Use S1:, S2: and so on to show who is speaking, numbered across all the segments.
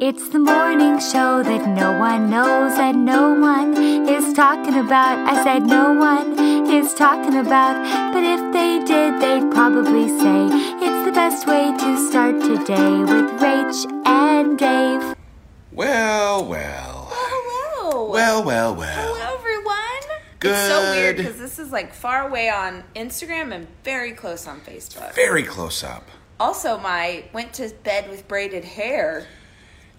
S1: It's the morning show that no one knows and no one is talking about. I said no one is talking about, but if they did, they'd probably say it's the best way to start today with Rach and Dave.
S2: Well, well,
S3: Oh, Hello.
S2: well, well, well.
S3: Hello, everyone. It's so weird
S2: Good.
S3: because this is like far away on Instagram and very close on Facebook.
S2: Very close up.
S3: Also, my went to bed with braided hair.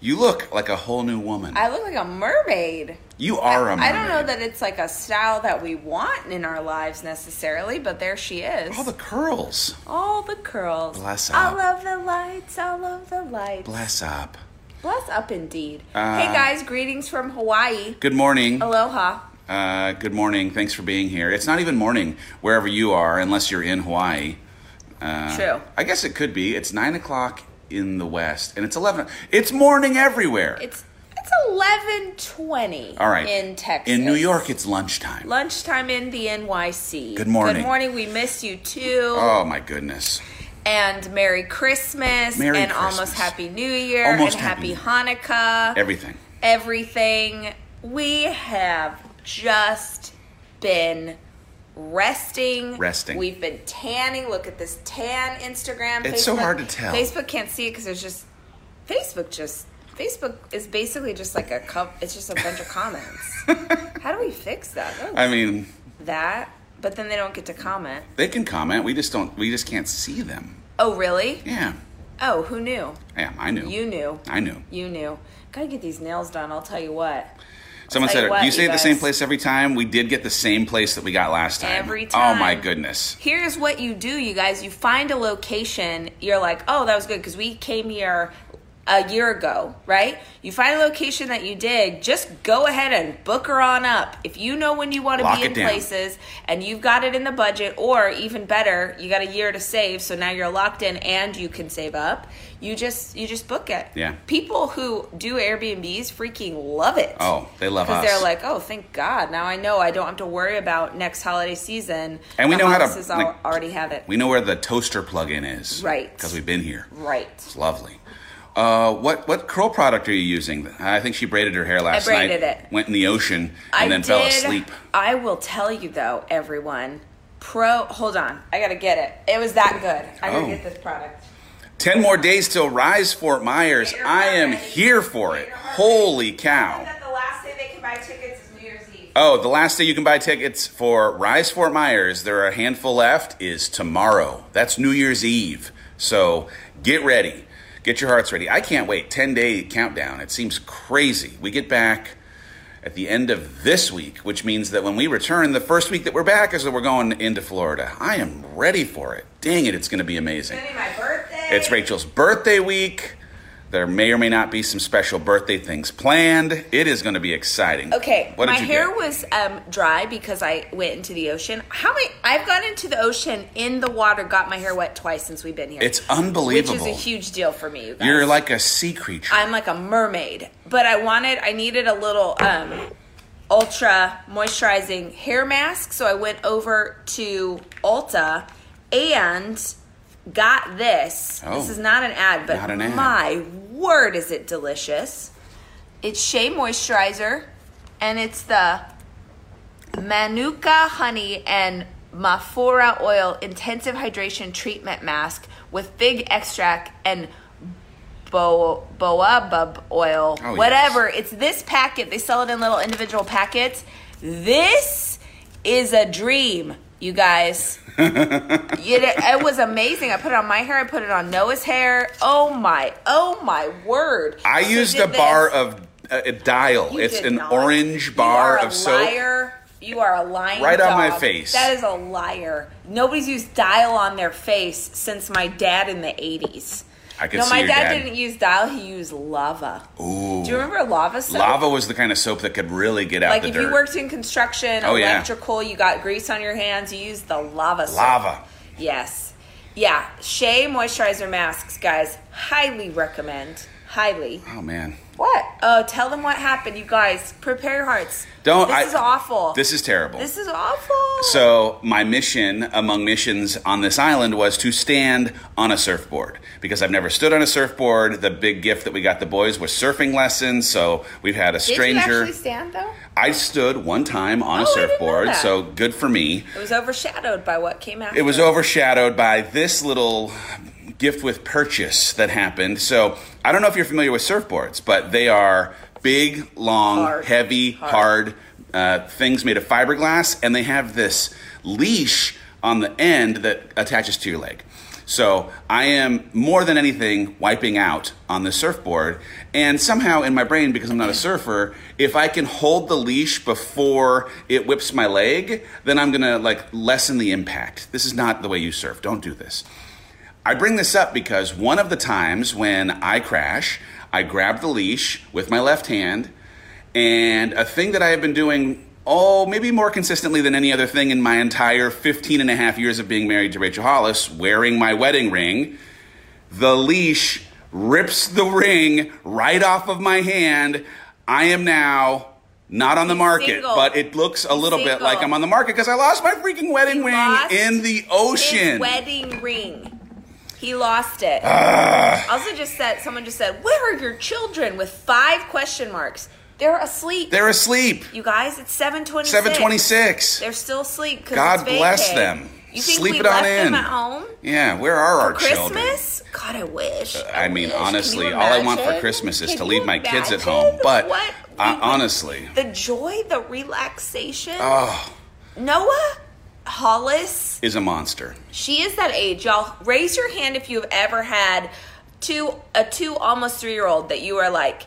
S2: You look like a whole new woman.
S3: I look like a mermaid.
S2: you are a mermaid.
S3: I don't know that it's like a style that we want in our lives necessarily, but there she is.
S2: All the curls.
S3: All the curls.
S2: Bless up.
S3: all of the lights. All of the lights.
S2: Bless up.
S3: Bless up indeed.
S2: Uh,
S3: hey guys, greetings from Hawaii.
S2: Good morning.
S3: Aloha.
S2: Uh, good morning. Thanks for being here. It's not even morning wherever you are, unless you're in Hawaii. Uh,
S3: True.
S2: I guess it could be. It's nine o'clock in the west, and it's eleven. It's morning everywhere.
S3: It's it's eleven twenty.
S2: All right.
S3: in Texas.
S2: In New York, it's lunchtime.
S3: lunchtime in the NYC.
S2: Good morning.
S3: Good morning. We miss you too.
S2: oh my goodness.
S3: and Merry Christmas
S2: Merry
S3: and
S2: Christmas.
S3: almost Happy New Year
S2: Almost
S3: and
S2: Happy
S3: Happy, Hanukkah.
S2: Everything.
S3: everything. We have just been resting.
S2: Resting.
S3: We've been tanning. Look at this tan Instagram.
S2: It's so hard to tell.
S3: Facebook can't see it because there's just Facebook just Facebook is basically just like a cup. It's just a bunch of comments. How do we fix that? Oh,
S2: I mean,
S3: that. But then they don't get to comment.
S2: they can comment. We just don't. We just can't see them.
S3: Oh really?
S2: Yeah.
S3: Oh, who knew?
S2: Yeah, I knew.
S3: You knew.
S2: I knew.
S3: You knew. Gotta get these nails done. I'll tell you what.
S2: Someone
S3: Like
S2: said,
S3: what,
S2: "Do you stay
S3: you
S2: at the same
S3: guys?"
S2: place every time?" We did get the same place that we got last time.
S3: Every
S2: Oh my
S3: time.
S2: goodness.
S3: Here's what you do, you guys. You find a location. You're like, oh, that was good because we came here a year ago, right? You find a location that you did. Just go ahead and book her on up. If you know when you want to
S2: Lock
S3: be
S2: it
S3: in
S2: down.
S3: places and you've got it in the budget, or even better, you got a year to save, so now you're locked in and you can save up. You just you just book it.
S2: Yeah.
S3: People who do Airbnbs freaking love it.
S2: Oh, they love us.
S3: Because they're like, oh, thank God! Now I know I don't have to worry about next holiday season.
S2: And we
S3: The
S2: know how to,
S3: houses al-
S2: like-
S3: already have it
S2: we know where the toaster plug-in is,
S3: Right.
S2: Because we've been here.
S3: right.
S2: It's lovely. Uh, what what curl product are you using? I think she braided her hair last
S3: braided
S2: night.
S3: it.
S2: Went in the ocean and
S3: I
S2: then
S3: did,
S2: fell asleep.
S3: I will tell you though, everyone. Pro, hold on, I gotta get it. It was that good. I
S2: Oh.
S3: gotta get this product.
S2: Ten more days till Rise Fort Myers.
S3: Greater
S2: I am
S3: Harmony.
S2: here for it.
S3: Greater Harmony.
S2: Holy
S3: Said
S2: cow!
S3: that the last day they can buy tickets is New Year's Eve.
S2: Oh, the last day you can buy tickets for Rise Fort Myers, there are a handful left, is tomorrow. That's New Year's Eve. So get ready. Get your hearts ready. I can't wait. 10 day countdown. It seems crazy. We get back at the end of this week, which means that when we return, the first week that we're back is that we're going into Florida. I am ready for it. Dang it, it's going to be amazing.
S3: It's gonna be my birthday.
S2: It's Rachel's birthday week. There may or may not be some special birthday things planned. It is going to be exciting.
S3: Okay,
S2: What did
S3: my
S2: you
S3: hair
S2: get?
S3: was um, dry because I went into the ocean. How many? I've gone into the ocean in the water, got my hair wet twice since we've been here.
S2: It's unbelievable.
S3: Which is a huge deal for me, you guys.
S2: You're like a sea creature.
S3: I'm like a mermaid, but I wanted, I needed a little um, ultra moisturizing hair mask, so I went over to Ulta and got this.
S2: Oh.
S3: This is not an ad, but
S2: Not an ad.
S3: my word, is it delicious! It's Shea Moisturizer, and it's the Manuka Honey and Mafura Oil Intensive Hydration Treatment Mask with fig extract and bo- boabab oil.
S2: Oh, yes.
S3: whatever. It's this packet. They sell it in little individual packets. This is a dream, you guys. it, it was amazing. I put it on my hair. I put it on Noah's hair. Oh my, oh my word.
S2: I
S3: She
S2: used
S3: did
S2: a bar
S3: this.
S2: of uh, a dial.
S3: You
S2: it's
S3: did
S2: an
S3: not.
S2: orange bar
S3: you are
S2: of
S3: a
S2: soap.
S3: Liar. You are a lying
S2: Right on my
S3: dog.
S2: face.
S3: That is a liar. Nobody's used dial on their face since my dad in the eighties.
S2: I could
S3: no,
S2: see
S3: my
S2: your
S3: dad,
S2: dad.
S3: didn't use dial. He used lava.
S2: Ooh.
S3: Do you remember lava soap?
S2: Lava was the kind of soap that could really get out
S3: Like
S2: the
S3: if
S2: dirt.
S3: you worked in construction,
S2: Oh, yeah.
S3: electrical, you got grease on your hands. You used the lava. Soap.
S2: Lava.
S3: Yes. Yeah. Shea moisturizer masks, guys. Highly recommend. highly.
S2: Oh man.
S3: What? Oh, tell them what happened, you guys. Prepare your hearts.
S2: Don't
S3: This
S2: I-
S3: is awful.
S2: This is terrible.
S3: This is awful.
S2: So my mission among missions on this island was to stand on a surfboard because I've never stood on a surfboard. The big gift that we got the boys was surfing lessons. So we've had a
S3: Did you
S2: stranger.
S3: actually stand though?
S2: I stood one time on
S3: Oh,
S2: a
S3: I didn't know
S2: surfboard.
S3: that.
S2: So good for me.
S3: It was overshadowed by what came after.
S2: It was overshadowed by this little gift with purchase that happened. So I don't know if you're familiar with surfboards, but they are big, long,
S3: Hard.
S2: heavy,
S3: Hard.
S2: hard, uh, things made of fiberglass, and they have this leash on the end that attaches to your leg. So I am more than anything wiping out on the surfboard, and somehow in my brain, because I'm not a surfer, if I can hold the leash before it whips my leg, then I'm gonna like lessen the impact. This is not the way you surf. Don't do this. I bring this up because one of the times when I crash, I grab the leash with my left hand, and a thing that I have been doing, oh, maybe more consistently than any other thing in my entire 15 and a half years of being married to Rachel Hollis, wearing my wedding ring, the leash rips the ring right off of my hand. I am now not on the market,
S3: single.
S2: but it looks a little bit
S3: Single.
S2: like I'm on the market because I lost my freaking wedding
S3: He
S2: ring
S3: lost
S2: in the
S3: his
S2: ocean.
S3: wedding ring. He lost it.
S2: Ah.
S3: also, just said someone just said, "Where are your children?" With five question marks. They're asleep.
S2: They're asleep.
S3: you guys, it's seven twenty.
S2: Seven twenty-six.
S3: They're still asleep. 'cause
S2: God
S3: it's
S2: bless
S3: vacay.
S2: them.
S3: You think
S2: Sleep
S3: we
S2: it on
S3: left them
S2: in.
S3: at home
S2: Yeah, where are our
S3: for
S2: children? Uh,
S3: Christmas? God, I wish.
S2: I mean,
S3: wish. Can
S2: honestly,
S3: you
S2: all I want for
S3: imagine?
S2: Christmas is
S3: Can
S2: to
S3: you
S2: leave my kids at
S3: imagine
S2: home. But
S3: what
S2: I,
S3: we would-
S2: honestly,
S3: the joy, the relaxation.
S2: oh,
S3: Noah Hollis.
S2: is a monster.
S3: She is that age, y'all. Raise your hand if you've ever had two a two almost three year old that you are like,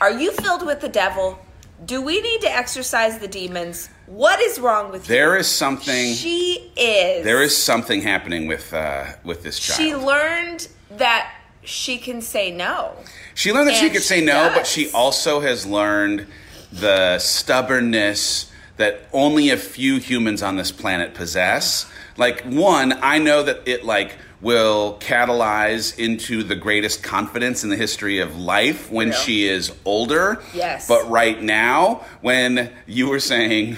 S3: are you filled with the devil? Do we need to exorcise the demons? What is wrong with you?
S2: There is something.
S3: She is.
S2: there is something happening with uh, with this child.
S3: She learned that she can say no.
S2: She learned that she
S3: And
S2: could
S3: she
S2: say no, but
S3: does.
S2: she also has learned the stubbornness that only a few humans on this planet possess. Like one, I know that it like will catalyze into the greatest confidence in the history of life when
S3: Real.
S2: she is older.
S3: Yes.
S2: But right now, when you were saying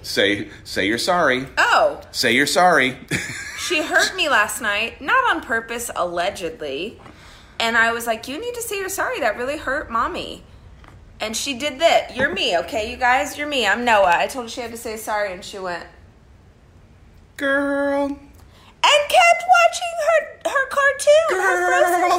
S2: say say you're sorry.
S3: Oh,
S2: Say you're sorry.
S3: she hurt me last night, not on purpose, allegedly. And I was like, You need to say you're sorry. That really hurt mommy. And she did that. You're me, okay, you guys? You're me. I'm Noah. I told her she had to say sorry, and she went,
S2: Girl.
S3: and kept watching her her cartoon,
S2: Girl.
S3: her Frozen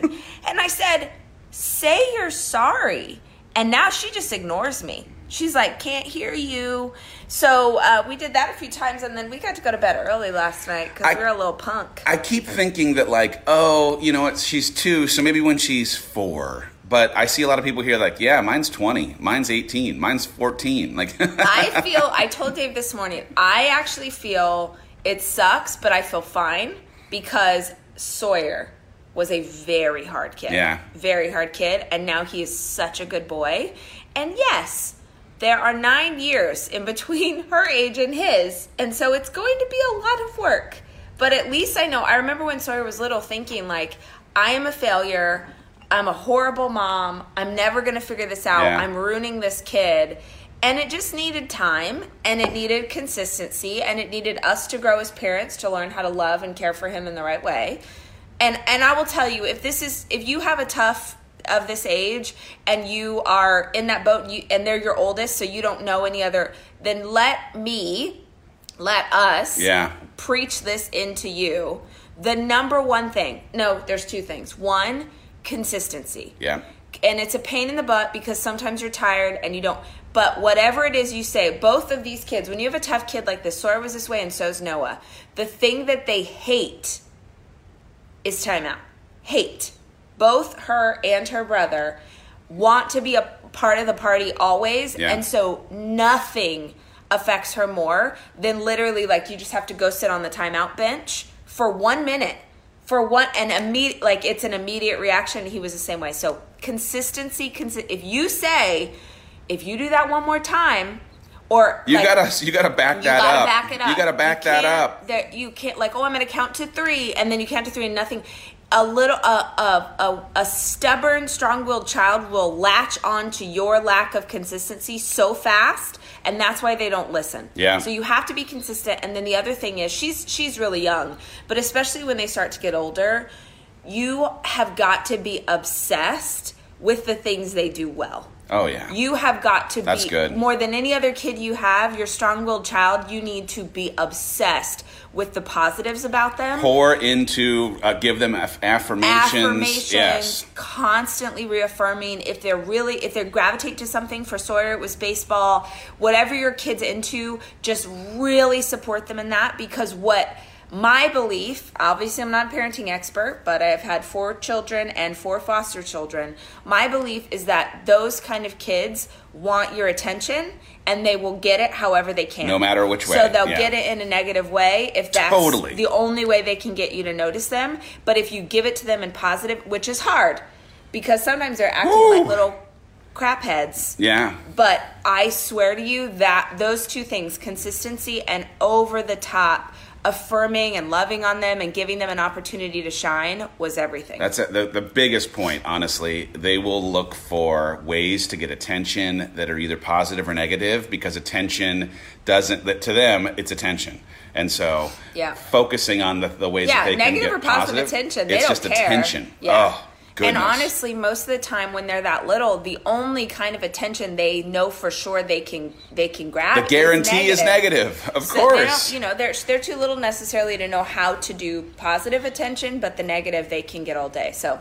S3: cartoon. And I said, "Say you're sorry." And now she just ignores me. She's like, "Can't hear you." So uh, we did that a few times, and then we got to go to bed early last night
S2: I-
S3: because we were a little punk.
S2: I keep thinking that like, oh, you know what? She's two, so maybe when she's four. But I see a lot of people here like, yeah, mine's twenty, mine's eighteen, mine's fourteen. Like,
S3: I feel. I told Dave this morning. I actually feel it sucks, but I feel fine because Sawyer was a very hard kid.
S2: Yeah.
S3: very hard kid, and now he is such a good boy. And yes, there are nine years in between her age and his, and so it's going to be a lot of work. But at least I know. I remember when Sawyer was little, thinking like, "I am a failure. I'm a horrible mom. I'm never going to figure this out.
S2: Yeah.
S3: I'm ruining this kid. And it just needed time and it needed consistency and it needed us to grow as parents to learn how to love and care for him in the right way. And and I will tell you if this is if you have a tough of this age and you are in that boat and, you, and they're your oldest so you don't know any other then let me let us
S2: yeah,
S3: preach this into you. The number one thing. No, there's two things. One, consistency
S2: yeah,
S3: and it's a pain in the butt because sometimes you're tired and you don't but whatever it is you say both of these kids when you have a tough kid like this sawyer was this way and so's noah the thing that they hate is timeout hate both her and her brother want to be a part of the party always
S2: Yeah.
S3: and so nothing affects her more than literally like you just have to go sit on the timeout bench for one minute for one and immediate like it's an immediate reaction he was the same way so consistency consi- if you say if you do that one more time or
S2: you
S3: like,
S2: gotta you gotta back
S3: you
S2: that
S3: gotta
S2: up.
S3: back it up.
S2: You gotta back that
S3: can't-
S2: up.
S3: That you can't like, oh, I'm gonna count to three, and then you count to three and nothing. a little a a, a, a stubborn strong-willed child will latch on to your lack of consistency so fast and that's why they don't listen
S2: Yeah.
S3: so you have to be consistent and then the other thing is she's she's really young but especially when they start to get older you have got to be obsessed with the things they do well
S2: Oh yeah.
S3: you have got to
S2: That's
S3: be
S2: good.
S3: more than any other kid you have, your strong-willed child, you need to be obsessed with the positives about them.
S2: pour into uh, give them aff- affirmations.
S3: affirmations
S2: Yes.
S3: constantly reaffirming if they're really if they gravitate to something for sawyer it was baseball whatever your kids into just really support them in that because what my belief obviously i'm not a parenting expert but i've had four children and four foster children my belief is that those kind of kids want your attention and they will get it however they can
S2: No matter which way,
S3: so they'll
S2: yeah.
S3: get it in a negative way if that's
S2: Totally.
S3: the only way they can get you to notice them. But if you give it to them in positive, which is hard because sometimes they're acting
S2: Woo.
S3: like little crap heads.
S2: Yeah.
S3: But I swear to you that those two things, consistency and over the top affirming and loving on them and giving them an opportunity to shine was everything.
S2: That's a, the, the biggest point, honestly. They will look for ways to get attention that are either positive or negative because attention doesn't, that to them, it's attention. And so
S3: Yeah.
S2: focusing on the, the ways that
S3: yeah,
S2: they can
S3: negative
S2: get
S3: or positive attention. They
S2: it's
S3: don't
S2: just
S3: care.
S2: attention.
S3: Yeah.
S2: Oh, goodness.
S3: And honestly, most of the time when they're that little, the only kind of attention they know for sure they can they can grab.
S2: the guarantee is negative, of course.
S3: They don't, you know, they're they're too little necessarily to know how to do positive attention, but the negative they can get all day. So.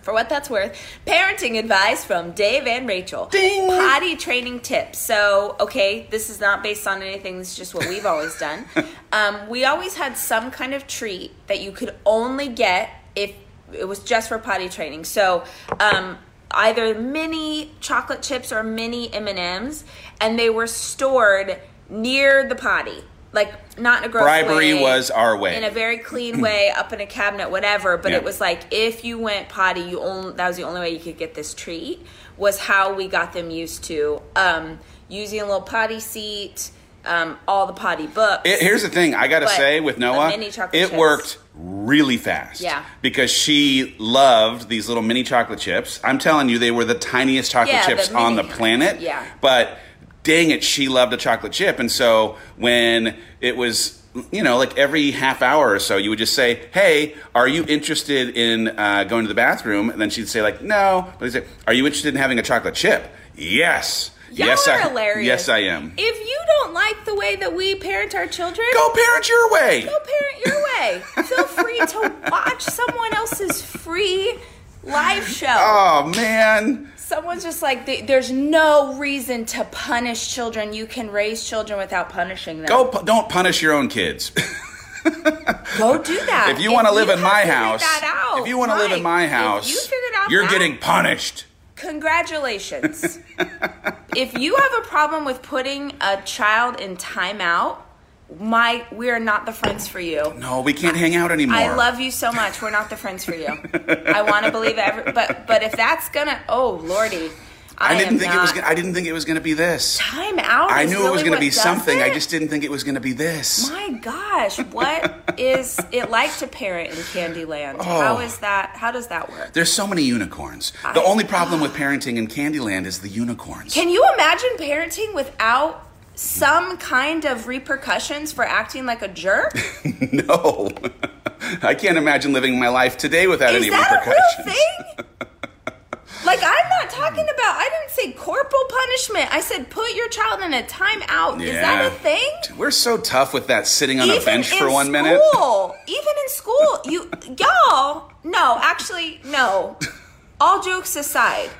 S3: For what that's worth, parenting advice from Dave and Rachel.
S2: Ding.
S3: Potty training tips. So, okay, this is not based on anything. This is just what we've always done. Um, we always had some kind of treat that you could only get if it was just for potty training. So, um, either mini chocolate chips or mini M and M's, and they were stored near the potty, like not in a gross
S2: Bribery
S3: way,
S2: was our way.
S3: in a very clean way, up in a cabinet, whatever. But it
S2: Yeah.
S3: was like if you went potty, you only that was the only way you could get this treat. Was how we got them used to um, using a little potty seat, um, all the potty books.
S2: It- here's the thing I got to
S3: But
S2: say with
S3: the
S2: Noah,
S3: mini chocolate
S2: it
S3: chips.
S2: worked really fast.
S3: Yeah.
S2: Because she loved these little mini chocolate chips. I'm telling you, they were the tiniest chocolate
S3: Yeah, the
S2: chips on the
S3: mini-
S2: planet.
S3: yeah.
S2: But dang it, she loved a chocolate chip. And so when it was, you know, like every half hour or so, you would just say, Hey, are you interested in uh, going to the bathroom? And then she'd say, like, No. But they'd say, Are you interested in having a chocolate chip? Yes.
S3: Y'all
S2: yes,
S3: are
S2: I,
S3: hilarious.
S2: Yes, I am.
S3: If you don't like the way that we parent our children,
S2: Go parent your way.
S3: go parent your way. Feel free to watch someone else's free live show.
S2: Oh man.
S3: Someone's just like, they, there's no reason to punish children. You can raise children without punishing them.
S2: Go pu- don't punish your own kids.
S3: Go do that.
S2: if you want to live in my
S3: figured
S2: house,
S3: that out,
S2: if you want to live in
S3: right,
S2: my
S3: if
S2: house,
S3: you figured out
S2: are
S3: that,
S2: getting punished.
S3: Congratulations. if you have a problem with putting a child in timeout, my we are not the friends for you.
S2: No, we can't hang out anymore.
S3: I love you so much. We're not the friends for you. I want to believe every, but but if that's gonna, oh lordy, I,
S2: I didn't
S3: am
S2: think it
S3: not-
S2: was. Gonna, I didn't think it was going to be this.
S3: time out.
S2: I
S3: is
S2: knew
S3: really
S2: it was going
S3: what
S2: to be
S3: does
S2: something. I
S3: it?
S2: just didn't think it was going to be this.
S3: My gosh, what is it like to parent in Candyland? How is that? How does that work?
S2: Oh. There's so many unicorns. the only problem with parenting in Candyland is the unicorns.
S3: Can you imagine parenting without some kind of repercussions for acting like a jerk?
S2: no, I can't imagine living my life today without
S3: Is
S2: any
S3: that a real
S2: repercussions.
S3: thing? Like I'm not talking about. I didn't say corporal punishment. I said put your child in a timeout. Is that
S2: Yeah.
S3: a thing?
S2: We're so tough with that sitting on a bench for
S3: in
S2: one minute.
S3: school, even in school, you y'all. No, actually, no. All jokes aside,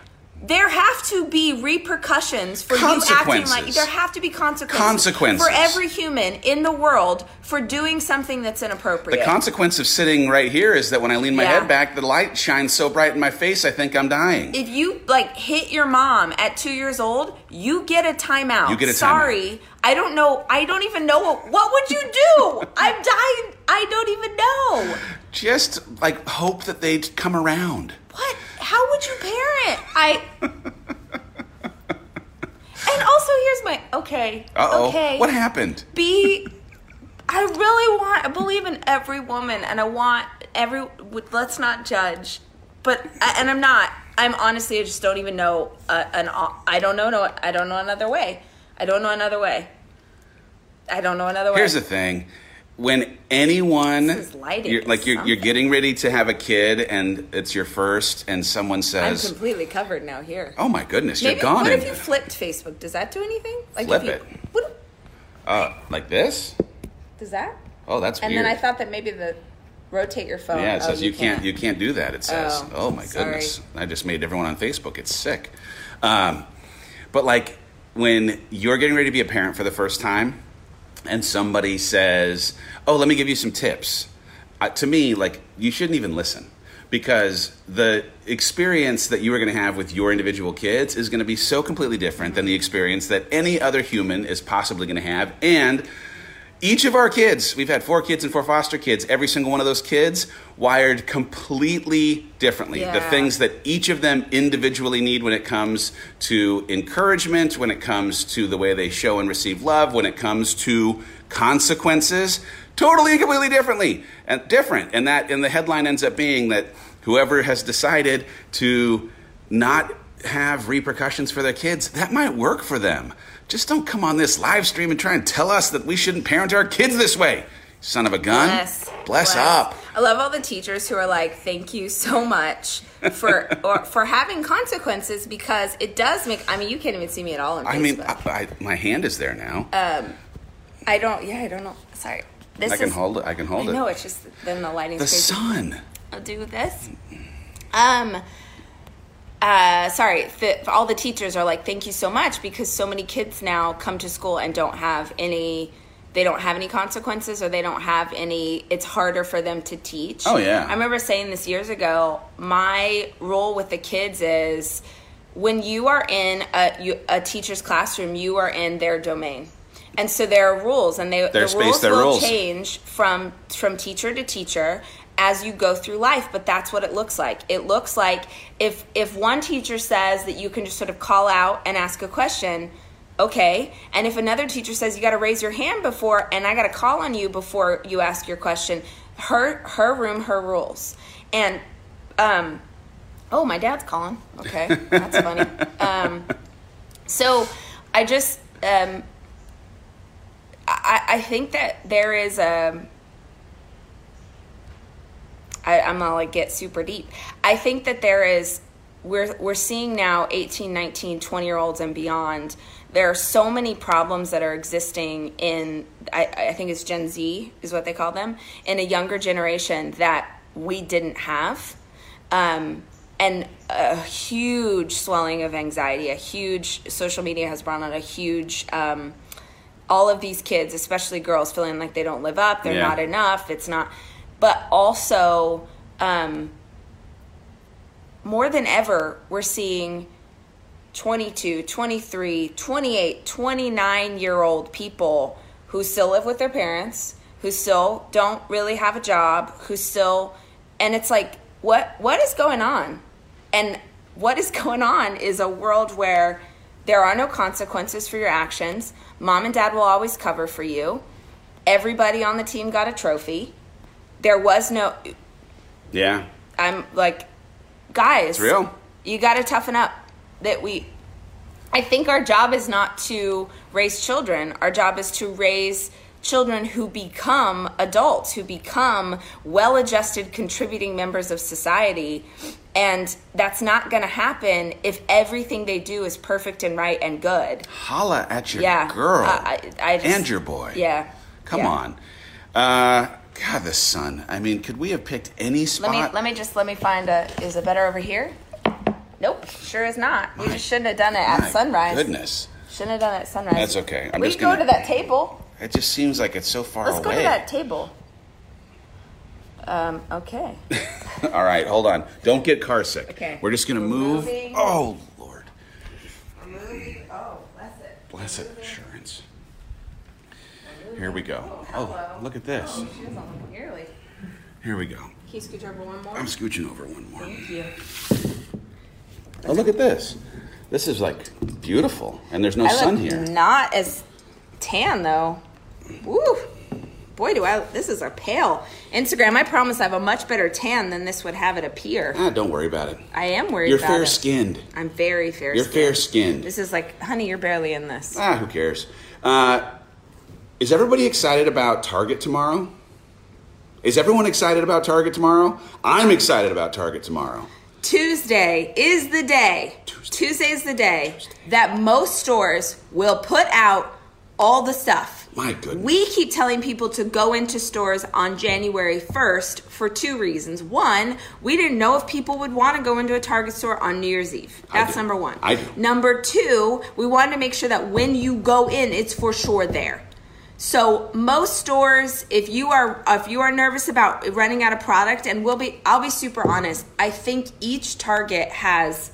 S3: there have to be repercussions for you acting like
S2: Consequences.
S3: there have to be consequences.
S2: Consequences.
S3: for every human in the world for doing something that's inappropriate.
S2: The consequence of sitting right here is that when I lean my
S3: Yeah.
S2: head back, the light shines so bright in my face, I think I'm dying.
S3: if you like hit your mom at two years old, you get a timeout.
S2: You get a timeout.
S3: Sorry, I don't know. I don't even know what, what would you do. I'm dying. I don't even know.
S2: Just like hope that they'd come around.
S3: What? How would you parent? I. and also, here's my okay.
S2: Uh oh.
S3: Okay.
S2: What happened?
S3: Be. I really want. I believe in every woman, and I want every would- let's not judge, but I- and I'm not. I'm honestly, I just don't even know uh, an. o- I don't know. No, I don't know another way. I don't know another way. I don't know another way.
S2: Here's the thing. When anyone
S3: This is lighting
S2: you're,
S3: is
S2: like you're, you're
S3: something.
S2: getting ready to have a kid and it's your first and someone
S3: I'm
S2: says,
S3: completely covered now here.
S2: "Oh my goodness,
S3: Maybe
S2: you're gone."
S3: what
S2: in
S3: if you flipped Facebook? Does that do anything? Like
S2: Flip
S3: if you,
S2: it.
S3: What,
S2: uh, like this?
S3: does that?
S2: Oh, that's
S3: and
S2: weird.
S3: then I thought that maybe the rotate your phone.
S2: yeah, it
S3: Oh,
S2: says you, can't, you can't do that. It says,
S3: Oh,
S2: "Oh, my
S3: sorry.
S2: goodness, I just made everyone on Facebook. It's sick." Um, but like when you're getting ready to be a parent for the first time, and somebody says, "Oh, let me give you some tips," uh, to me, like you shouldn't even listen because the experience that you are going to have with your individual kids is going to be so completely different than the experience that any other human is possibly going to have, and each of our kids, we've had four kids and four foster kids, every single one of those kids wired completely differently. The
S3: Yeah.
S2: things that each of them individually need when it comes to encouragement, when it comes to the way they show and receive love, when it comes to consequences, totally and completely differently and different. And that and the headline ends up being that whoever has decided to not have repercussions for their kids, that might work for them. Just don't come on this live stream and try and tell us that we shouldn't parent our kids this way. Son of a gun.
S3: Bless.
S2: Bless up.
S3: I love all the teachers who are like, "Thank you so much for or, for having consequences because it does make." I mean, you can't even see me at all on Facebook.
S2: I mean, I, I, my hand is there now.
S3: I don't. Yeah, I don't know. Sorry. This
S2: I can
S3: is,
S2: hold it. I can hold
S3: I know
S2: it.
S3: it's just then the lighting.
S2: The sun.
S3: I'll do this. Um. Uh, sorry, the, all the teachers are like, thank you so much because so many kids now come to school and don't have any, they don't have any consequences or they don't have any, it's harder for them to teach.
S2: Oh, yeah.
S3: I remember saying this years ago. My rule with the kids is when you are in a, you, a teacher's classroom, you are in their domain. And so there are rules, and they
S2: Their
S3: the
S2: space,
S3: rules
S2: their
S3: will
S2: rules.
S3: change from from teacher to teacher as you go through life. But that's what it looks like. It looks like if if one teacher says that you can just sort of call out and ask a question, okay, and if another teacher says you got to raise your hand before, and I got to call on you before you ask your question, her her room, her rules, and um, oh, my dad's calling. Okay, that's funny. Um, so I just um, I, I think that there is a. I, I'm gonna like get super deep. I think that there is we're we're seeing now 18, 19, 20 year olds and beyond. There are so many problems that are existing in I, I think it's Gen Z is what they call them in a younger generation that we didn't have um, and a huge swelling of anxiety. A huge social media has brought on a huge. Um, all of these kids, especially girls, feeling like they don't live up, they're
S2: Yeah.
S3: not enough. It's not, but also um, more than ever, we're seeing 22, 23, 28, 29 year old people who still live with their parents, who still don't really have a job, who still and it's like what what is going on? And what is going on is a world where there are no consequences for your actions. Mom and dad will always cover for you. Everybody on the team got a trophy. There was no
S2: Yeah.
S3: I'm like, guys,
S2: real.
S3: You got to toughen up. That we, I think our job is not to raise children. Our job is to raise children who become adults, who become well-adjusted, contributing members of society. And that's not going to happen if everything they do is perfect and right and good.
S2: Holla at your
S3: Yeah,
S2: girl.
S3: I- I- I just-
S2: and your boy.
S3: Yeah.
S2: Come
S3: Yeah.
S2: on. Uh, God, the sun. I mean, could we have picked any spot?
S3: Let me let me just let me find a. Is it better over here? Nope, sure is not. We
S2: My-
S3: just shouldn't have done it at
S2: My
S3: sunrise.
S2: Goodness.
S3: Shouldn't have done it at sunrise.
S2: That's okay. I'm
S3: we
S2: just
S3: could go
S2: gonna- Oh,
S3: to that table.
S2: It just seems like it's so far
S3: Let's
S2: away.
S3: go to that table. Um, okay.
S2: All right, hold on. Don't get car sick.
S3: Okay.
S2: We're just gonna
S3: We're
S2: move.
S3: moving.
S2: Oh Lord,
S3: Oh, bless it.
S2: bless it, insurance. Here we go. Oh, look at this.
S3: She was on the early.
S2: Here we go.
S3: Can you scooch over one more?
S2: I'm scooching over one more.
S3: Thank you.
S2: Oh, look at this. This is like beautiful, and there's no
S3: I
S2: sun
S3: look
S2: here.
S3: not as tan though. Woo! Boy, do I. This is a pale Instagram. I promise I have a much better tan than this would have it appear.
S2: Ah, don't worry about it.
S3: I am worried
S2: You're
S3: about
S2: fair
S3: it.
S2: skinned.
S3: I'm very fair.
S2: You're
S3: skinned.
S2: fair skinned.
S3: This is like, honey, you're barely in this.
S2: Ah, who cares? Uh, is everybody excited about Target tomorrow? Is everyone excited about Target tomorrow? I'm excited about Target tomorrow.
S3: Tuesday is the day.
S2: Tuesday.
S3: Tuesday, is the day that most stores will put out all the stuff.
S2: My goodness.
S3: We keep telling people to go into stores on January 1st for two reasons. One, we didn't know if people would want to go into a Target store on New Year's Eve.
S2: I
S3: That's
S2: do.
S3: number one.
S2: I do.
S3: Number two, we wanted to make sure that when you go in, it's for sure there. So most stores, if you are if you are nervous about running out of product, and we'll be I'll be super honest, I think each Target has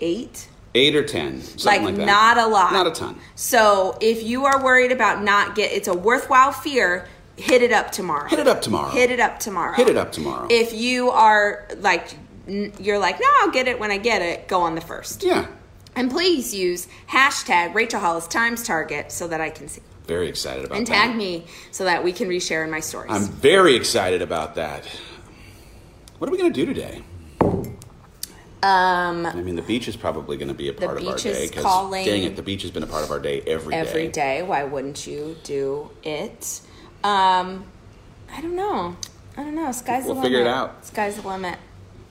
S3: eight
S2: Eight or ten,
S3: like,
S2: something like, that.
S3: not a lot.
S2: Not a ton.
S3: So if you are worried about not get, it's a worthwhile fear. Hit it up tomorrow.
S2: Hit it up tomorrow.
S3: Hit it up tomorrow.
S2: Hit it up tomorrow.
S3: If you are like, n- you're like, no, I'll get it when I get it. Go on the first,
S2: Yeah,
S3: and please use hashtag Rachel Hollis Times Target so that I can see
S2: very excited about
S3: and
S2: that.
S3: tag me so that we can reshare in my stories.
S2: I'm very excited about that. What are we going to do today?
S3: um,
S2: I mean, the beach is probably going to be a part of our
S3: beach is
S2: day. 'cause,
S3: calling-
S2: Dang it, the beach has been a part of our day every day.
S3: every day. Why wouldn't you do it? Um, I don't know. I don't know. Sky's
S2: We'll
S3: the limit.
S2: figure it out.
S3: Sky's the limit.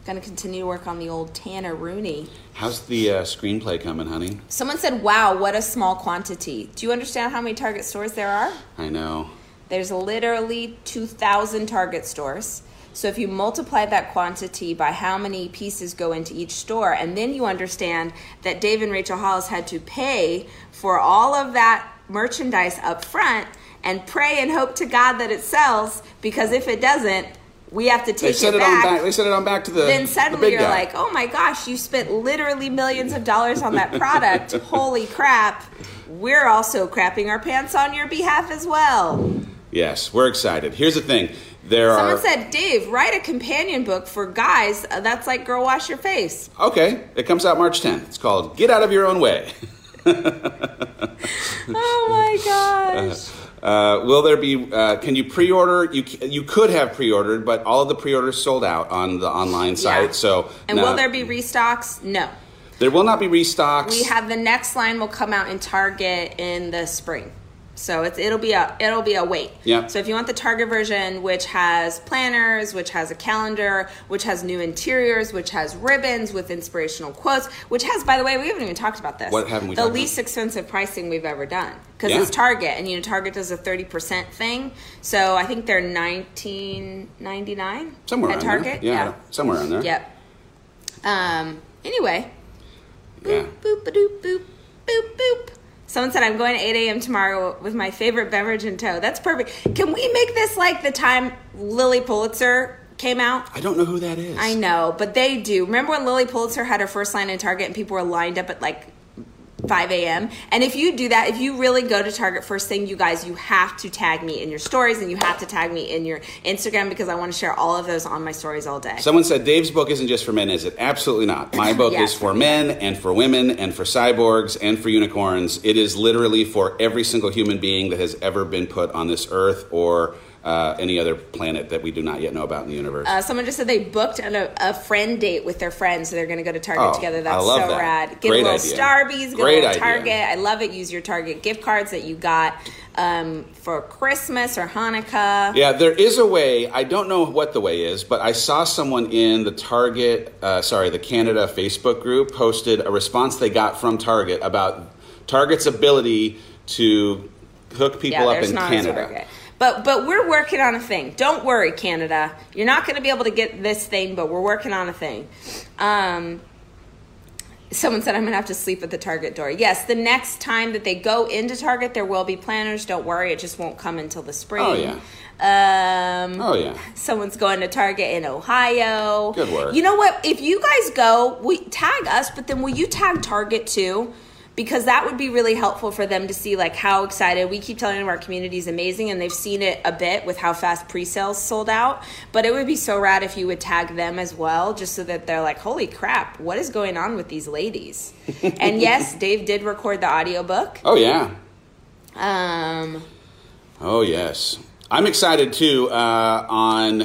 S3: Gonna continue to work on the old Tanner Rooney.
S2: How's the uh, screenplay coming, honey?
S3: Someone said, "Wow, what a small quantity." Do you understand how many Target stores there are?
S2: I know.
S3: There's literally 2,000 Target stores. So if you multiply that quantity by how many pieces go into each store, and then you understand that Dave and Rachel Hollis had to pay for all of that merchandise up front and pray and hope to God that it sells, because if it doesn't, we have to
S2: They
S3: take
S2: sent
S3: it
S2: it on
S3: back.
S2: back. They sent it on back to the.
S3: then
S2: the
S3: suddenly
S2: big
S3: you're
S2: guy.
S3: like, oh my gosh, you spent literally millions of dollars on that product. Holy crap. We're also crapping our pants on your behalf as well.
S2: Yes, we're excited. Here's the thing. There
S3: Someone
S2: are
S3: said, Dave, write a companion book for guys uh, that's like Girl Wash Your Face.
S2: okay. It comes out March 10th. It's called "Get Out of Your Own Way."
S3: Oh my gosh.
S2: Uh, will there be? Uh, can you pre-order? You c- you could have pre-ordered, but all of the pre-orders sold out on the online site.
S3: Yeah.
S2: So
S3: And
S2: no.
S3: will there be restocks? No.
S2: There will not be restocks.
S3: We have the next line will come out in Target in the spring. So it's, it'll be a it'll be a wait.
S2: Yeah.
S3: So if you want the Target version, which has planners, which has a calendar, which has new interiors, which has ribbons with inspirational quotes, which has, by the way, we haven't even talked about this.
S2: What haven't we
S3: The
S2: talked about?
S3: least expensive pricing we've ever done because
S2: Yeah.
S3: it's Target, and you know Target does a thirty percent thing. So I think they're nineteen ninety nine
S2: somewhere
S3: at
S2: on
S3: Target.
S2: There. Yeah, somewhere on there.
S3: yeah. Yep. Um. Anyway,
S2: Yeah.
S3: boop, boop, boop, boop, boop. Someone said, I'm going to 8 a.m. tomorrow with my favorite beverage in tow. That's perfect. Can we make this like the time Lily Pulitzer came out?
S2: I don't know who that is.
S3: I know, but they do. Remember when Lily Pulitzer had her first line in Target and people were lined up at like 5 a.m.? And if you do that, if you really go to Target first thing, you guys, you have to tag me in your stories and you have to tag me in your Instagram because I want to share all of those on my stories all day.
S2: Someone said Dave's book isn't just for men, is it? Absolutely not. My book
S3: Yeah.
S2: is for men and for women and for cyborgs and for unicorns. It is literally for every single human being that has ever been put on this earth or uh, any other planet that we do not yet know about in the universe.
S3: Uh, someone just said they booked an, a, a friend date with their friends, so they're going to go to Target
S2: Oh,
S3: together.
S2: I
S3: That's
S2: love
S3: so
S2: that.
S3: rad. Get
S2: Great
S3: a little
S2: idea.
S3: Starbucks, get
S2: Great
S3: a little
S2: idea.
S3: Target. I love it. Use your Target gift cards that you got um, for Christmas or Hanukkah.
S2: yeah, there is a way. I don't know what the way is, but I saw someone in the Target, uh, sorry, the Canada Facebook group posted a response they got from Target about Target's ability to hook people up
S3: there's
S2: in
S3: not a
S2: Canada.
S3: Target. But but we're working on a thing. Don't worry, Canada. You're not going to be able to get this thing, but we're working on a thing. Um, someone said I'm going to have to sleep at the Target door. Yes, the next time that they go into Target, there will be planners. Don't worry, it just won't come until the spring.
S2: Oh,
S3: yeah. Um,
S2: Oh, yeah.
S3: Someone's going to Target in Ohio.
S2: Good work.
S3: You know what? If you guys go, we tag us, but then will you tag Target too? Because that would be really helpful for them to see like how excited we keep telling them our community is amazing, and they've seen it a bit with how fast pre-sales sold out. But it would be so rad if you would tag them as well, just so that they're like, "Holy crap, what is going on with these ladies?" and yes, Dave did record the audiobook.
S2: Oh, yeah.
S3: Um,
S2: Oh, yes. I'm excited too uh, on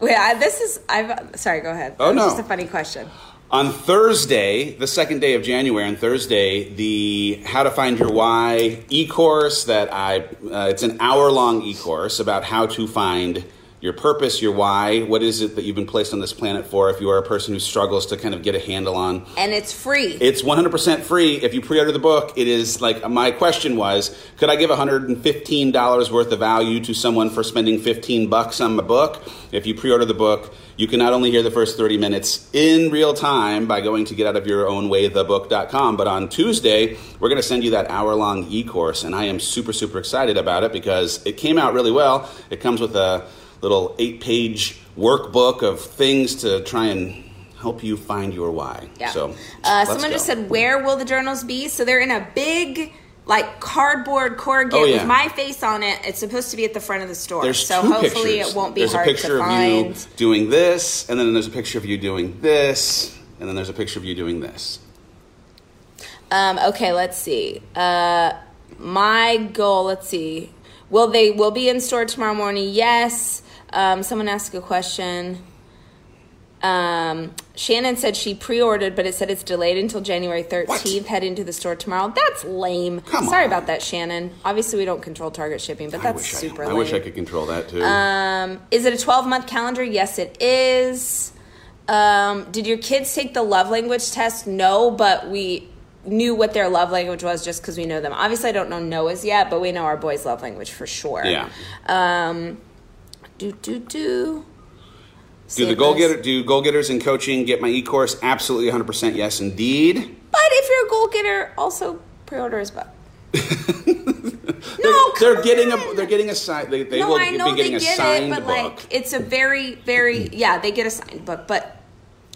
S3: Wait, I, this is. I've sorry. Go ahead.
S2: Oh,
S3: That was
S2: no.
S3: Just a funny question.
S2: On Thursday, the second day of January, on Thursday, the How to Find Your Why e course that I, uh, it's an hour long e course about how to find your purpose, your why, what is it that you've been placed on this planet for if you are a person who struggles to kind of get a handle on.
S3: And it's free.
S2: It's 100% free. If you pre order the book, it is like my question was could I give $115 worth of value to someone for spending 15 bucks on my book? If you pre order the book, you can not only hear the first 30 minutes in real time by going to get out of your own way thebook.com, but on Tuesday, we're going to send you that hour long e course. And I am super, super excited about it because it came out really well. It comes with a little eight page workbook of things to try and help you find your why.
S3: Yeah.
S2: So
S3: uh,
S2: let's
S3: someone
S2: go.
S3: just said, "Where will the journals be?" So they're in a big, like cardboard corrugate
S2: Oh, yeah.
S3: with my face on it. It's supposed to be at the front of the store.
S2: There's
S3: so
S2: two
S3: hopefully
S2: pictures.
S3: it won't be
S2: there's
S3: hard
S2: a picture
S3: to
S2: of
S3: find.
S2: you doing this, and then there's a picture of you doing this, and then there's a picture of you doing this.
S3: Um, okay, let's see. Uh, my goal. Let's see. Will they will be in store tomorrow morning? Yes. Um, someone asked a question. Um, Shannon said she pre-ordered, but it said it's delayed until January 13th. Head into the store tomorrow. That's lame.
S2: Come
S3: Sorry
S2: on.
S3: about that, Shannon. Obviously, we don't control Target shipping, but
S2: I
S3: that's
S2: wish
S3: super
S2: I, I
S3: lame.
S2: wish I could control that too.
S3: Um, is it a 12 month calendar? Yes, it is. Um, did your kids take the love language test? No, but we knew what their love language was just because we know them. Obviously, I don't know Noah's yet, but we know our boys' love language for sure.
S2: yeah.
S3: Um, do, do, do.
S2: Do the goal getter do goal getters in coaching get my e-course? Absolutely 100% yes indeed.
S3: But if you're a goal getter, also pre order his book. No,
S2: they're,
S3: come
S2: they're getting a
S3: on.
S2: they're getting a sign they, they
S3: no,
S2: will
S3: I know
S2: be getting
S3: they
S2: a
S3: get
S2: signed
S3: it, but
S2: book.
S3: like it's a very, very yeah, they get a signed book, but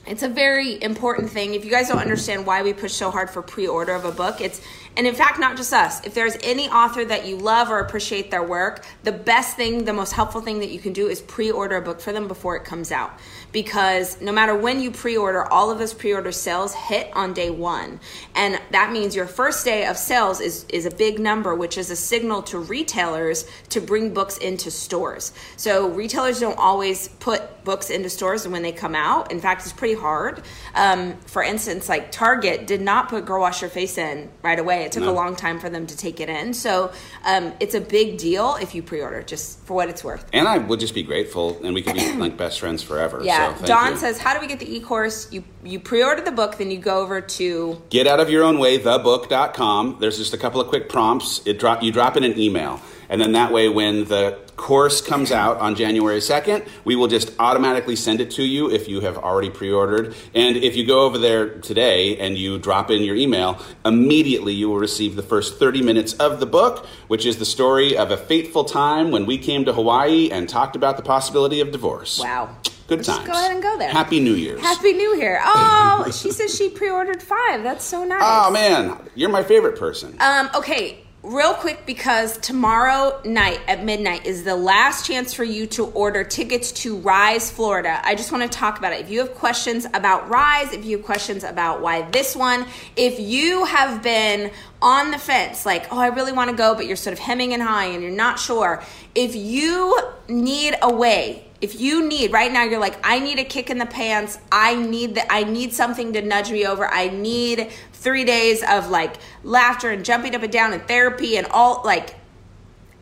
S3: it's a very important thing. If you guys don't understand why we push so hard for pre-order of a book, it's and in fact not just us. If there's any author that you love or appreciate their work, the best thing, the most helpful thing that you can do is pre-order a book for them before it comes out. Because no matter when you pre-order, all of those pre-order sales hit on day 1. And that means your first day of sales is is a big number, which is a signal to retailers to bring books into stores. So retailers don't always put books into stores when they come out. In fact, it's pretty hard. Um, for instance, like Target did not put Girl Wash Your Face in right away. It took a long time for them to take it in. So um, it's a big deal if you pre-order, just for what it's worth.
S2: and I would just be grateful and we could be like best friends forever. So
S3: Yeah.
S2: thank
S3: Don
S2: you.
S3: says, "How do we get the e-course? You you pre-order the book, then you go over to
S2: Get out of your own way, thebook.com. There's just a couple of quick prompts. It drop, you drop in an email. And then that way, when the course comes out on January 2nd, we will just automatically send it to you if you have already pre ordered. And if you go over there today and you drop in your email, immediately you will receive the first 30 minutes of the book, which is the story of a fateful time when we came to Hawaii and talked about the possibility of divorce.
S3: Wow.
S2: Good
S3: Just
S2: times.
S3: go ahead and go there.
S2: Happy New Year's.
S3: Happy New Year. Oh, she says she pre-ordered five. That's so nice.
S2: oh, man. You're my favorite person.
S3: Um, okay, real quick because tomorrow night at midnight is the last chance for you to order tickets to Rise Florida. I just want to talk about it. If you have questions about Rise, if you have questions about why this one, if you have been on the fence, like, oh, I really want to go, but you're sort of hemming and hawing and you're not sure, if you need a way if you need right now you're like i need a kick in the pants i need that i need something to nudge me over i need three days of like laughter and jumping up and down and therapy and all like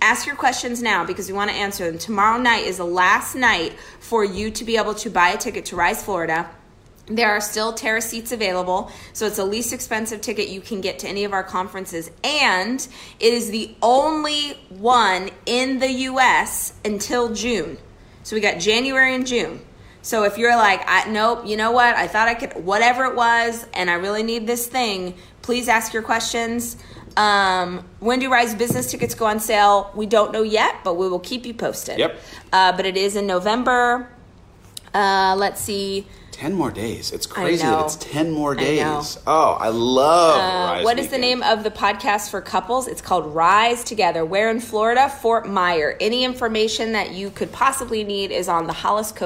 S3: ask your questions now because we want to answer them tomorrow night is the last night for you to be able to buy a ticket to rise florida there are still terrace seats available, so it's the least expensive ticket you can get to any of our conferences. And it is the only one in the US until June. So we got January and June. So if you're like, I, nope, you know what? I thought I could, whatever it was, and I really need this thing, please ask your questions. Um, when do Rise business tickets go on sale? We don't know yet, but we will keep you posted.
S2: Yep.
S3: Uh, but it is in November. Uh, let's see.
S2: 10 more days. It's crazy
S3: know.
S2: that it's 10 more days.
S3: know.
S2: Oh, I love
S3: Uh,
S2: Rise
S3: what is the
S2: Weekend.
S3: name of the podcast for couples? It's called Rise Together. We're in Florida, Fort Myer. Any information that you could possibly need is on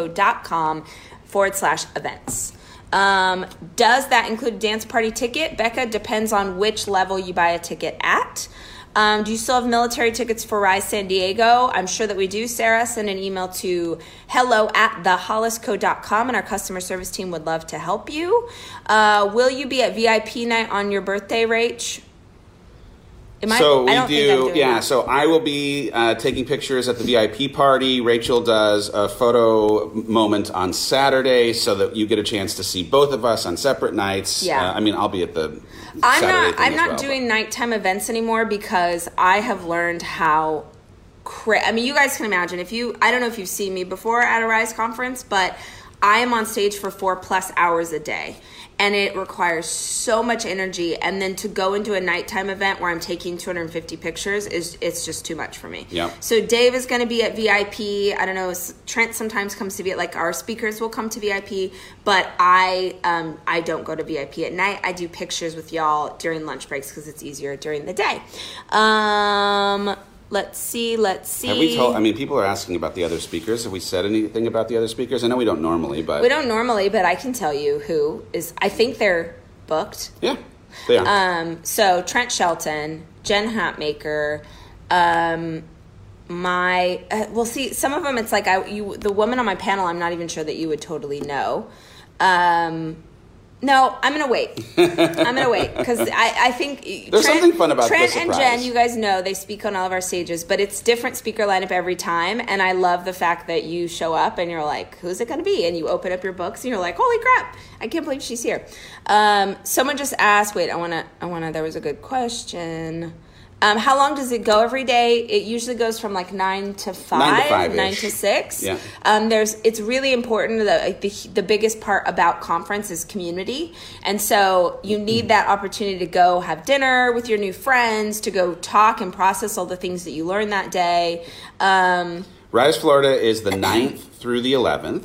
S3: theholliscode.com forward slash events. Um, does that include a dance party ticket? Becca, depends on which level you buy a ticket at. Um, do you still have military tickets for Rise San Diego? I'm sure that we do, Sarah. Send an email to hello at thehollisco.com and our customer service team would love to help you. Uh, will you be at VIP night on your birthday, Rach? Am I-
S2: so we
S3: I don't think I'm
S2: do,
S3: doing
S2: yeah.
S3: that.
S2: So I will be uh, taking pictures at the VIP party. Rachel does a photo moment on Saturday, so that you get a chance to see both of us on separate nights.
S3: Yeah.
S2: Uh, I mean, I'll be at the.
S3: I'm
S2: Saturday thing
S3: not. I'm
S2: as
S3: not
S2: well,
S3: doing
S2: but-
S3: nighttime events anymore because I have learned how. Cra- I mean, you guys can imagine if you. I don't know if you've seen me before at a Rise conference, but I am on stage for four plus hours a day, and it requires so much energy. And then to go into a nighttime event where I'm taking 250 pictures is it's just too much for me.
S2: Yeah.
S3: So Dave is going to be at VIP. I don't know. s- Trent sometimes comes to VIP. Like our speakers will come to VIP, but I um, I don't go to VIP at night. I do pictures with y'all during lunch breaks because it's easier during the day. Um, let's see. Let's see.
S2: Have we told? I mean, people are asking about the other speakers. Have we said anything about the other speakers? I know we don't normally, but
S3: We don't normally, but I can tell you who is. I think they're booked.
S2: Yeah, they are.
S3: Um, so Trent Shelton, Jen Hatmaker, um, my uh, well, see some of them. It's like I you the woman on my panel. I'm not even sure that you would totally know. Um, no, I'm gonna wait. I'm gonna wait because I, I think
S2: There's something fun about the
S3: Trent and
S2: surprise.
S3: Jen. You guys know they speak on all of our stages, but it's different speaker lineup every time. And I love the fact that you show up and you're like, "Who's it gonna be?" And you open up your books and you're like, "Holy crap! I can't believe she's here." Um, someone just asked. Wait, I wanna. I wanna. There was a good question. Um, how long does it go every day? It usually goes from like nine to five,
S2: five-ish.
S3: nine to six.
S2: Yeah.
S3: Um, there's it's really important that like, the the biggest part about conference is community, and so you
S2: Mm-hmm.
S3: need that opportunity to go have dinner with your new friends, to go talk and process all the things that you learned that day. Um,
S2: Rise Florida is the 9th through the 11th,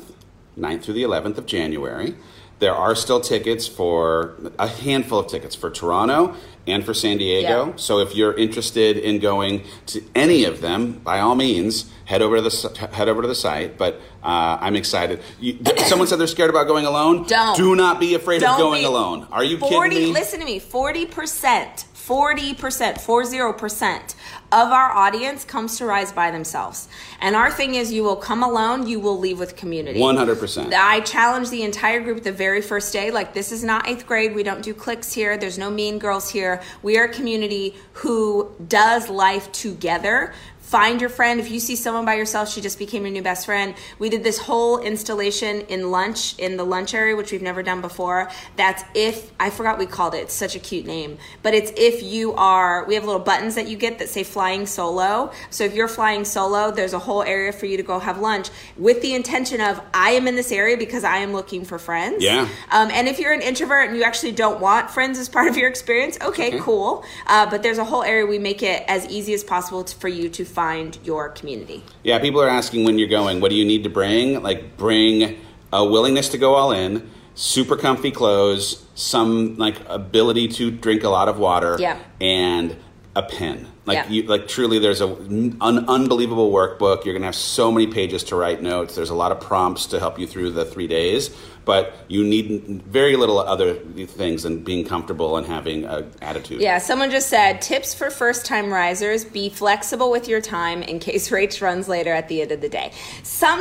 S2: 9th through the 11th of January. There are still tickets for a handful of tickets for Toronto and for San Diego.
S3: Yeah.
S2: So if you're interested in going to any of them, by all means, head over to the s- head over to the site. But uh, I'm excited. You, someone said they're scared about going alone.
S3: Don't.
S2: Do not be afraid of
S3: Don't
S2: going
S3: be-
S2: alone. Are you
S3: 40
S2: kidding me?
S3: listen to me 40% 40% 40% of our audience comes to rise by themselves and our thing is you will come alone you will leave with community
S2: 100%.
S3: i challenged the entire group the very first day like this is not eighth grade we don't do cliques here there's no mean girls here we are a community who does life together Find your friend. If you see someone by yourself, she just became your new best friend. We did this whole installation in lunch, in the lunch area, which we've never done before. That's if, I forgot we called it, it's such a cute name, but it's if you are, we have little buttons that you get that say flying solo. So if you're flying solo, there's a whole area for you to go have lunch with the intention of, I am in this area because I am looking for friends.
S2: Yeah.
S3: Um, and if you're an introvert and you actually don't want friends as part of your experience, okay, cool. Uh, but there's a whole area we make it as easy as possible to, for you to find your community.
S2: Yeah, people are asking when you're going, what do you need to bring? Like, bring a willingness to go all in, super comfy clothes, some like ability to drink a lot of water,
S3: Yeah.
S2: and a pen. Like
S3: Yeah.
S2: you, like truly, there's a, an unbelievable workbook. You're gonna have so many pages to write notes. There's a lot of prompts to help you through the three days, but you need very little other things than being comfortable and having an attitude.
S3: Yeah, someone just said tips for first time risers be flexible with your time in case Rach runs later at the end of the day.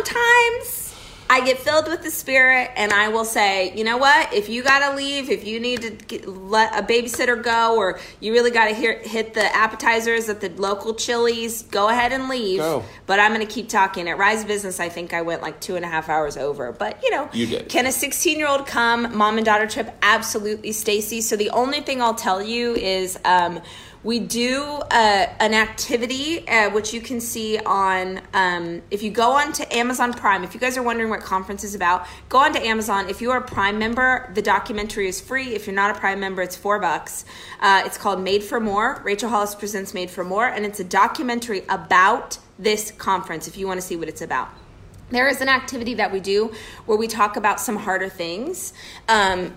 S3: Sometimes I get filled with the spirit and I will say, you know what, if you got to leave, if you need to get, let a babysitter go, or you really got to hit the appetizers at the local Chili's, go ahead and leave.
S2: Go.
S3: But I'm going to keep talking. At Rise Business, I think I went like two and a half hours over. But, you know,
S2: You did.
S3: can a 16 year old come mom and daughter trip absolutely stacy so the only thing i'll tell you is um, we do uh, an activity uh, which you can see on um, if you go on to amazon prime if you guys are wondering what conference is about go on to amazon if you are a prime member the documentary is free if you're not a prime member it's four bucks uh, it's called made for more rachel hollis presents made for more and it's a documentary about this conference if you want to see what it's about there is an activity that we do where we talk about some harder things. Um,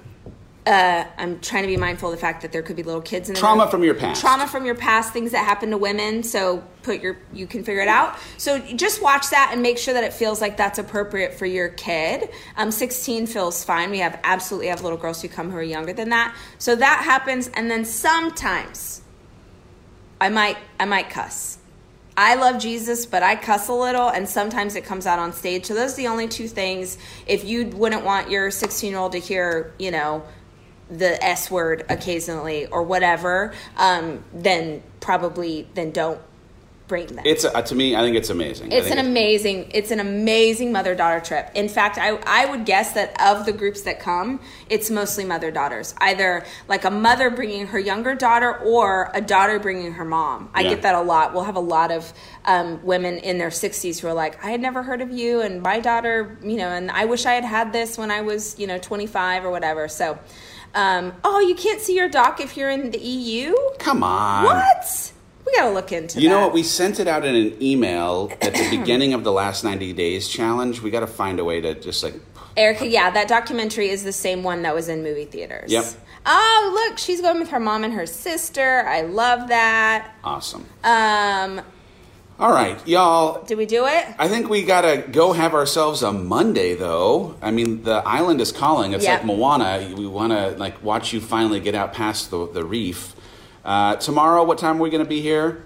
S3: uh, I'm trying to be mindful of the fact that there could be little kids in the
S2: Trauma
S3: room.
S2: from your past.
S3: Trauma from your past, things that happen to women. So put your, you can figure it out. So just watch that and make sure that it feels like that's appropriate for your kid. Um, 16 feels fine. We have absolutely have little girls who come who are younger than that. So that happens, and then sometimes I might I might cuss. I love Jesus, but I cuss a little, and sometimes it comes out on stage. So those are the only two things. If you wouldn't want your 16 year old to hear, you know, the S word occasionally or whatever, um, then probably then don't bring that.
S2: It's uh, to me. I think it's amazing. I
S3: It's
S2: think
S3: an amazing, it's an amazing mother daughter trip. In fact, I, I would guess that of the groups that come, it's mostly mother daughters. Either like a mother bringing her younger daughter or a daughter bringing her mom. I
S2: Yeah.
S3: get that a lot. We'll have a lot of um, women in their 60s who are like, I had never heard of you and my daughter, you know, and I wish I had had this when I was, you know, 25 or whatever. So, um, oh, you can't see your doc if you're in the EU?
S2: Come on.
S3: What? We gotta look into
S2: You
S3: that.
S2: know what? We sent it out in an email at the beginning of the last 90 days challenge. We got to find a way to just like,
S3: Erica, yeah, that documentary is the same one that was in movie theaters.
S2: Yep.
S3: Oh, look, she's going with her mom and her sister. I love that.
S2: awesome.
S3: Um,
S2: All right, y'all.
S3: did we do it?
S2: I think we got to go have ourselves a Monday, though. I mean, the island is calling. It's
S3: Yep.
S2: like Moana. We want to like watch you finally get out past the, the reef. Uh, tomorrow, what time are we going to be here?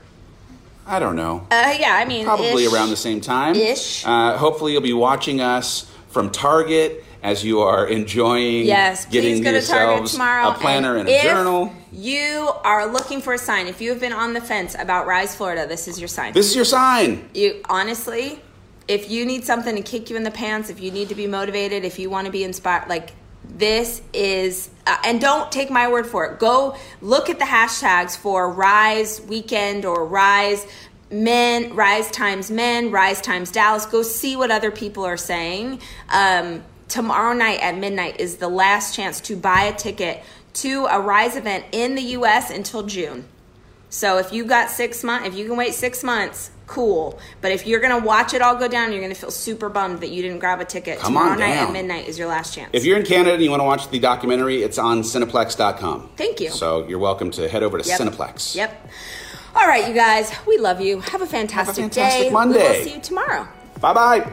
S2: I don't know.
S3: Uh, yeah, I mean,
S2: probably
S3: ish.
S2: around the same time.
S3: Ish.
S2: Uh, hopefully, you'll be watching us from Target as you are enjoying.
S3: Yes,
S2: getting
S3: please go to Target
S2: yourselves
S3: tomorrow.
S2: A planner and, a
S3: if
S2: journal.
S3: You are looking for a sign. If you have been on the fence about Rise Florida, this is your sign.
S2: This is your sign.
S3: you honestly, if you need something to kick you in the pants, if you need to be motivated, if you want to be inspired, like this is, uh, and don't take my word for it. Go look at the hashtags for Rise Weekend or Rise Men, Rise Times Men, Rise Times Dallas. Go see what other people are saying. Um, tomorrow night at midnight is the last chance to buy a ticket to a Rise event in the US until June. So if you got six months, if you can wait six months, cool. But if you're gonna watch it all go down, you're gonna feel super bummed that you didn't grab a ticket.
S2: Come
S3: Tomorrow
S2: on
S3: night
S2: down.
S3: at midnight is your last chance.
S2: If you're in Canada and you want to watch the documentary, it's on Cineplex.com.
S3: Thank you.
S2: So you're welcome to head over to
S3: Yep.
S2: Cineplex.
S3: Yep. All right, you guys, we love you. Have a fantastic,
S2: fantastic
S3: day. We will
S2: Monday.
S3: see you tomorrow.
S2: Bye bye.